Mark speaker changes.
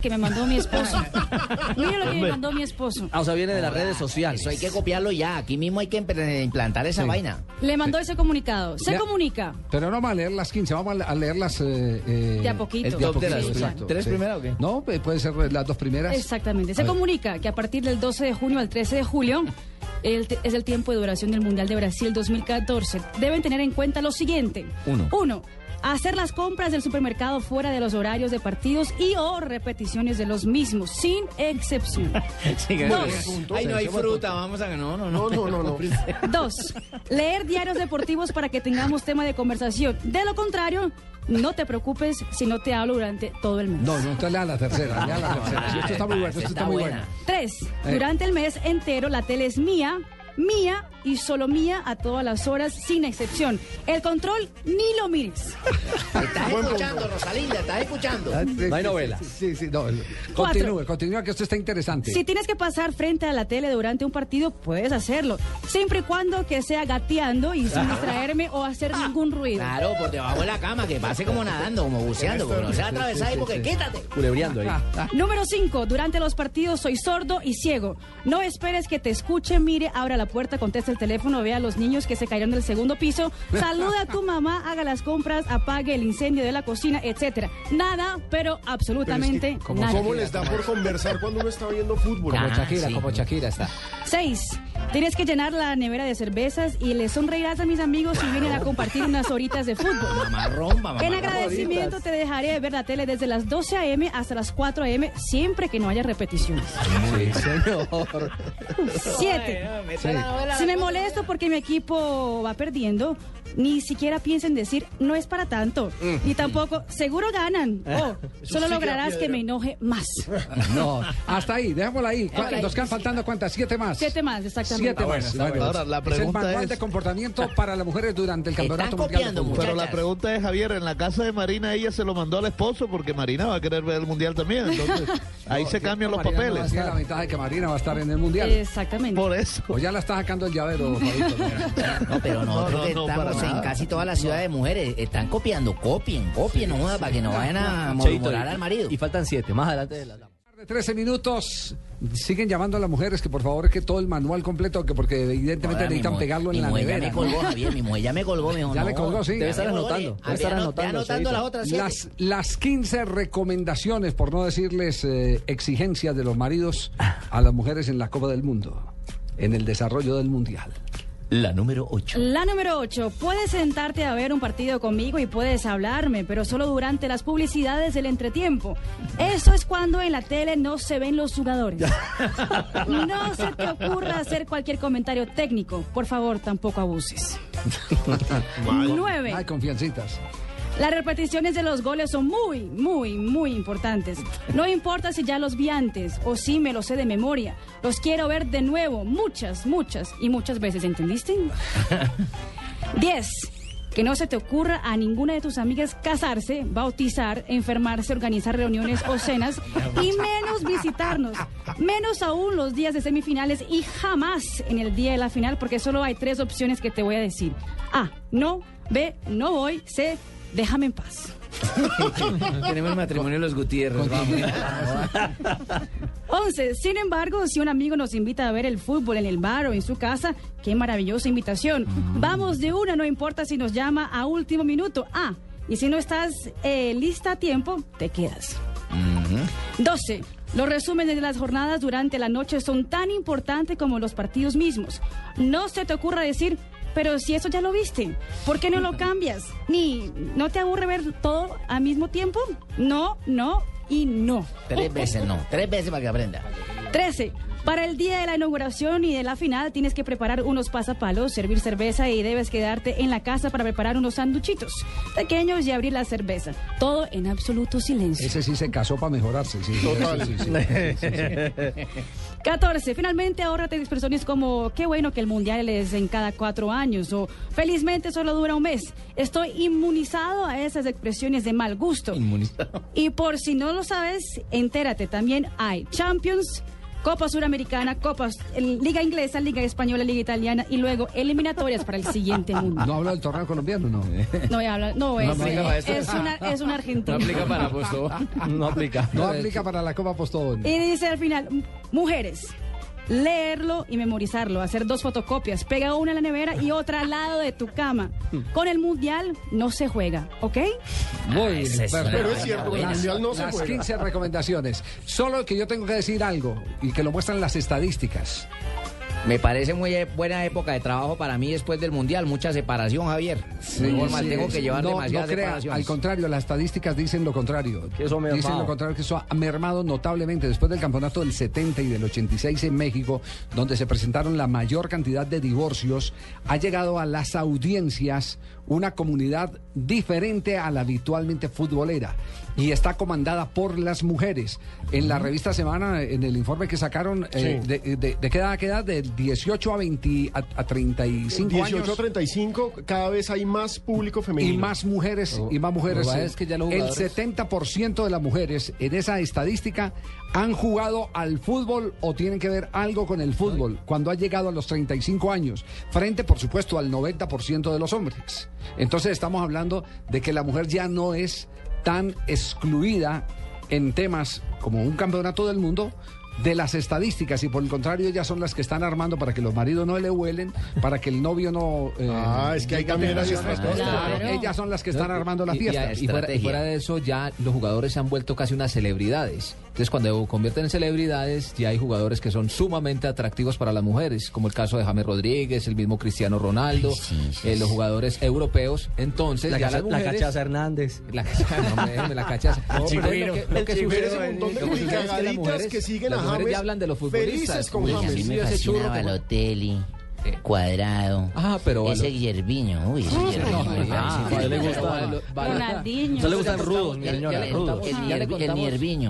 Speaker 1: que me mandó mi esposo. Mira lo que me mandó mi esposo.
Speaker 2: Ah, o sea, viene de las redes sociales.
Speaker 3: Eso hay que copiarlo ya. Aquí mismo hay que impre- implantar esa vaina.
Speaker 1: Le mandó ese comunicado. Se
Speaker 4: Ya.
Speaker 1: comunica.
Speaker 4: Pero no vamos a leer las 15, vamos a le- a leer las... eh, eh,
Speaker 1: De a poquito.
Speaker 2: El top de las
Speaker 4: exacto,
Speaker 2: tres
Speaker 4: sí.
Speaker 2: primeras, ¿o qué?
Speaker 4: No, pe- puede ser las dos primeras.
Speaker 1: Exactamente.
Speaker 4: A
Speaker 1: Se
Speaker 4: ver.
Speaker 1: comunica que a partir del 12 de junio al 13 de julio el te- es el tiempo de duración del Mundial de Brasil 2014. Deben tener en cuenta lo siguiente.
Speaker 2: Uno.
Speaker 1: Hacer las compras del supermercado fuera de los horarios de partidos y o repeticiones de los mismos, sin excepción. Dos.
Speaker 3: Ay, no hay fruta, vamos a... No, no, no. No, no, no.
Speaker 1: Dos, leer diarios deportivos para que tengamos tema de conversación. De lo contrario, no te preocupes si no te hablo durante todo el mes.
Speaker 4: No, no, entonces lea la tercera, lea la tercera. Sí, Esto está muy bueno, esto
Speaker 3: Está
Speaker 4: está muy
Speaker 3: buena.
Speaker 4: bueno.
Speaker 1: Tres,
Speaker 4: Eh.
Speaker 1: durante el mes entero la tele es mía, mía y solo mía a todas las horas, sin excepción. El control ni lo mires.
Speaker 3: Estás escuchando, Rosalinda, estás escuchando.
Speaker 4: Ah, sí,
Speaker 2: No hay
Speaker 4: sí,
Speaker 2: novela.
Speaker 4: sí, Sí, sí, no. el-
Speaker 1: Cuatro.
Speaker 4: Continúe, continúe, que esto está interesante.
Speaker 1: Si tienes que pasar frente a la tele durante un partido, puedes hacerlo, siempre y cuando que sea gateando y
Speaker 4: Ah.
Speaker 1: sin distraerme o hacer ningún ruido.
Speaker 3: Claro, por debajo de la cama, que pase como nadando, como buceando. Pero no se atravesar ahí porque quítate.
Speaker 2: Culebreando
Speaker 3: Ah,
Speaker 2: ahí.
Speaker 1: Número 5. Durante los partidos soy sordo y ciego. No esperes que te escuche, mire, abra la puerta, contesta el teléfono, vea a los niños que se cayeron del segundo piso, saluda a tu mamá, haga las compras, apague el incendio de la cocina, etcétera. Nada, pero absolutamente
Speaker 4: como-
Speaker 1: nada.
Speaker 5: ¿Cómo les da por conversar cuando uno está viendo fútbol?
Speaker 4: Como
Speaker 3: Ah,
Speaker 4: Shakira,
Speaker 3: sí.
Speaker 4: como Shakira está.
Speaker 1: 6. Tienes que llenar la nevera de cervezas y le sonreirás a mis amigos si vienen a compartir unas horitas de fútbol.
Speaker 3: Mamarrón, mamá.
Speaker 1: En agradecimiento te dejaré ver la tele desde las 12 a.m. hasta las 4 a.m. siempre que no haya repeticiones.
Speaker 2: Ah, Sí, señor.
Speaker 1: 7.
Speaker 4: Sí.
Speaker 1: Si me molesto porque mi equipo va perdiendo, ni siquiera pienso en decir no es para tanto. Ni tampoco, seguro ganan. O
Speaker 4: Ah,
Speaker 1: solo lograrás que me enoje más.
Speaker 4: No, hasta ahí, dejémosla ahí. ¿Cuá-
Speaker 1: Ok.
Speaker 4: Nos quedan faltando cuántas, siete más.
Speaker 1: Siete más, exactamente.
Speaker 4: Siete
Speaker 6: Ah, bueno,
Speaker 4: más.
Speaker 6: está bueno. Ahora, la
Speaker 4: es el
Speaker 6: pregunta
Speaker 4: manual
Speaker 6: es-
Speaker 4: de comportamiento para las mujeres durante el
Speaker 3: Están
Speaker 4: campeonato
Speaker 3: copiando
Speaker 4: mundial. de
Speaker 6: Pero
Speaker 4: fútbol.
Speaker 3: Muchachas.
Speaker 6: la pregunta es, Javier, en la casa de Marina ella se lo mandó al esposo porque Marina va a querer ver el mundial también. Entonces, ahí se cambian los
Speaker 4: Mariana
Speaker 6: papeles.
Speaker 4: va a hacer la ventaja de que Marina va a estar en el mundial.
Speaker 1: Exactamente.
Speaker 6: Por eso.
Speaker 4: O ya la está sacando el llavero, Fabito.
Speaker 3: No, pero nosotros
Speaker 6: No, no, no,
Speaker 3: que estamos
Speaker 6: para
Speaker 3: en
Speaker 6: nada.
Speaker 3: casi todas las ciudades de mujeres. Están copiando, copien, copien, no joda, para que no vayan a
Speaker 2: Cheito,
Speaker 3: murmurar
Speaker 2: y-
Speaker 3: al marido.
Speaker 2: Ah, Y faltan siete, más adelante de la...
Speaker 4: De 13 minutos. Siguen llamando a las mujeres que por favor que todo el manual completo, que porque evidentemente
Speaker 3: Joda, mi
Speaker 4: necesitan
Speaker 3: mujer-
Speaker 4: pegarlo
Speaker 3: mi
Speaker 4: en la
Speaker 3: mujer
Speaker 4: nevera.
Speaker 3: ya me colgó, Javier, mi mujer ya me colgó, me dijo,
Speaker 4: Ya
Speaker 3: no,
Speaker 4: le colgó, sí.
Speaker 3: ya
Speaker 4: Debe
Speaker 3: me
Speaker 2: estar
Speaker 3: colgué.
Speaker 2: anotando, debe
Speaker 3: Ah,
Speaker 2: estar
Speaker 3: ya ano-
Speaker 2: anotando,
Speaker 3: ya anotando
Speaker 2: Cheito.
Speaker 3: las otras siete.
Speaker 4: Las, las 15 recomendaciones, por no decirles eh, exigencias de los maridos a las mujeres en la Copa del Mundo, en el desarrollo del Mundial.
Speaker 3: La número 8.
Speaker 1: La número 8. Puedes sentarte a ver un partido conmigo y puedes hablarme, pero solo durante las publicidades del entretiempo. Eso es cuando en la tele no se ven los jugadores. No se te ocurra hacer cualquier comentario técnico. Por favor, tampoco abuses. 9.
Speaker 4: Hay confiancitas.
Speaker 1: Las repeticiones de los goles son muy, muy, muy importantes. No importa si ya los vi antes o si me los sé de memoria. Los quiero ver de nuevo muchas, muchas y muchas veces, ¿entendiste? 10. Que no se te ocurra a ninguna de tus amigas casarse, bautizar, enfermarse, organizar reuniones o cenas y menos visitarnos. Menos aún los días de semifinales y jamás en el día de la final porque solo hay tres opciones que te voy a decir. A, no. B, no voy. C, déjame en paz.
Speaker 3: Tenemos el matrimonio de los Gutiérrez. vamos.
Speaker 1: 11. Sin embargo, si un amigo nos invita a ver el fútbol en el bar o en su casa, qué maravillosa invitación.
Speaker 3: Mm.
Speaker 1: Vamos de una, no importa si nos llama a último minuto. Ah, y si no estás eh, lista a tiempo, te quedas. 12. Los resúmenes de las jornadas durante la noche son tan importantes como los partidos mismos. No se te ocurra decir, pero si eso ya lo viste, ¿por qué no lo cambias? Ni, ¿no te aburre ver todo al mismo tiempo? No, no y no.
Speaker 3: Tres veces no, tres veces para que aprenda.
Speaker 1: 13. Para el día de la inauguración y de la final tienes que preparar unos pasapalos, servir cerveza y debes quedarte en la casa para preparar unos sanduchitos pequeños y abrir la cerveza. Todo en absoluto silencio.
Speaker 4: Ese sí se casó para mejorarse. Sí, sí,
Speaker 6: Total.
Speaker 4: sí, sí, sí, sí, sí, sí.
Speaker 1: 14. Finalmente ahórrate expresiones como qué bueno que el mundial es en cada cuatro años o felizmente solo dura un mes. Estoy inmunizado a esas expresiones de mal gusto. Y por si no lo sabes, entérate, también hay Champions, Copa Suramericana, Copa Liga Inglesa, Liga Española, Liga Italiana y luego eliminatorias para el siguiente mundo.
Speaker 4: No habla del torneo colombiano, no.
Speaker 1: No voy a hablar, no, es,
Speaker 2: aplica para eso.
Speaker 1: es una, es una
Speaker 2: No
Speaker 1: argentina.
Speaker 2: aplica para puesto. No aplica.
Speaker 4: No aplica para la Copa Postobón.
Speaker 1: Y dice al final, "M- mujeres, leerlo y memorizarlo, hacer dos fotocopias, pega una en la nevera y otra al lado de tu cama. Con el mundial no se juega, ¿ok?
Speaker 4: Muy
Speaker 3: Ah,
Speaker 4: bien,
Speaker 3: esa es una
Speaker 4: perfecto.
Speaker 5: Pero es cierto, el mundial no se
Speaker 4: Las
Speaker 5: juega.
Speaker 4: 15 recomendaciones. Solo que yo tengo que decir algo y que lo muestran las estadísticas.
Speaker 3: Me parece muy eh, buena época de trabajo para mí después del mundial. Mucha separación, Javier. Sí,
Speaker 4: sí,
Speaker 3: tengo que
Speaker 4: sí.
Speaker 3: llevar
Speaker 4: no,
Speaker 3: demasiadas
Speaker 4: no crea,
Speaker 3: separaciones.
Speaker 4: Al contrario, las estadísticas dicen lo contrario.
Speaker 2: Que eso ha mermado.
Speaker 4: dicen lo contrario, que eso ha mermado notablemente después del campeonato del 70 y del 86 en México, donde se presentaron la mayor cantidad de divorcios. Ha llegado a las audiencias una comunidad diferente a la habitualmente futbolera y está comandada por las mujeres. En la revista Semana, en el informe que sacaron, eh, de, de- de qué edad a qué edad? Del 18 a, 20, a, a 35
Speaker 5: 18 a
Speaker 4: años.
Speaker 5: 35, cada vez hay más público femenino.
Speaker 4: Y más mujeres, y más mujeres. eh.
Speaker 2: lo que pasa es que ya los
Speaker 4: el
Speaker 2: jugadores-
Speaker 4: 70% de las mujeres en esa estadística han jugado al fútbol o tienen que ver algo con el fútbol cuando ha llegado a los 35 años, frente por supuesto al 90% de los hombres. Entonces estamos hablando de que la mujer ya no es tan excluida en temas como un campeonato del mundo de las estadísticas y por el contrario ellas son las que están armando para que los maridos no le huelen, para que el novio no... eh,
Speaker 5: Ah, es que hay también las
Speaker 1: Claro.
Speaker 5: estrategias.
Speaker 4: ellas son las que están
Speaker 2: No,
Speaker 4: armando la
Speaker 2: y- y-
Speaker 4: fiesta.
Speaker 2: Y, fuera, y fuera de eso, ya los jugadores se han vuelto casi unas celebridades. Entonces, cuando convierten en celebridades, ya hay jugadores que son sumamente atractivos para las mujeres, como el caso de James Rodríguez, el mismo Cristiano Ronaldo, eh, los jugadores europeos. Entonces, ya las mujeres-
Speaker 7: Hernández.
Speaker 2: La cachaza, no, hombre, déjeme la cachaza. No, pero es lo que- lo que
Speaker 5: Pero
Speaker 2: sucede-
Speaker 5: ese montón de
Speaker 2: lo que sucede es que las
Speaker 5: cagaditas
Speaker 2: mujeres-
Speaker 5: que siguen a
Speaker 2: las mujeres
Speaker 5: James.
Speaker 2: ya hablan de los
Speaker 5: Felices
Speaker 2: futbolistas.
Speaker 5: con
Speaker 8: Uy, a
Speaker 5: James.
Speaker 8: mí
Speaker 5: Sí,
Speaker 8: me
Speaker 2: ese churro
Speaker 8: fascinaba
Speaker 2: que-
Speaker 8: Balotelli, Cuadrado,
Speaker 2: Ah, pero Balo-
Speaker 8: ese Guillermiño, uy, ese Guillermiño.
Speaker 2: Ah,
Speaker 8: sí,
Speaker 2: a él le gusta.
Speaker 8: Balo-
Speaker 2: Balo-
Speaker 1: Ronaldinho.
Speaker 2: No le gustan rudos, mi
Speaker 8: El
Speaker 2: señora, rudos.
Speaker 8: Hierviño.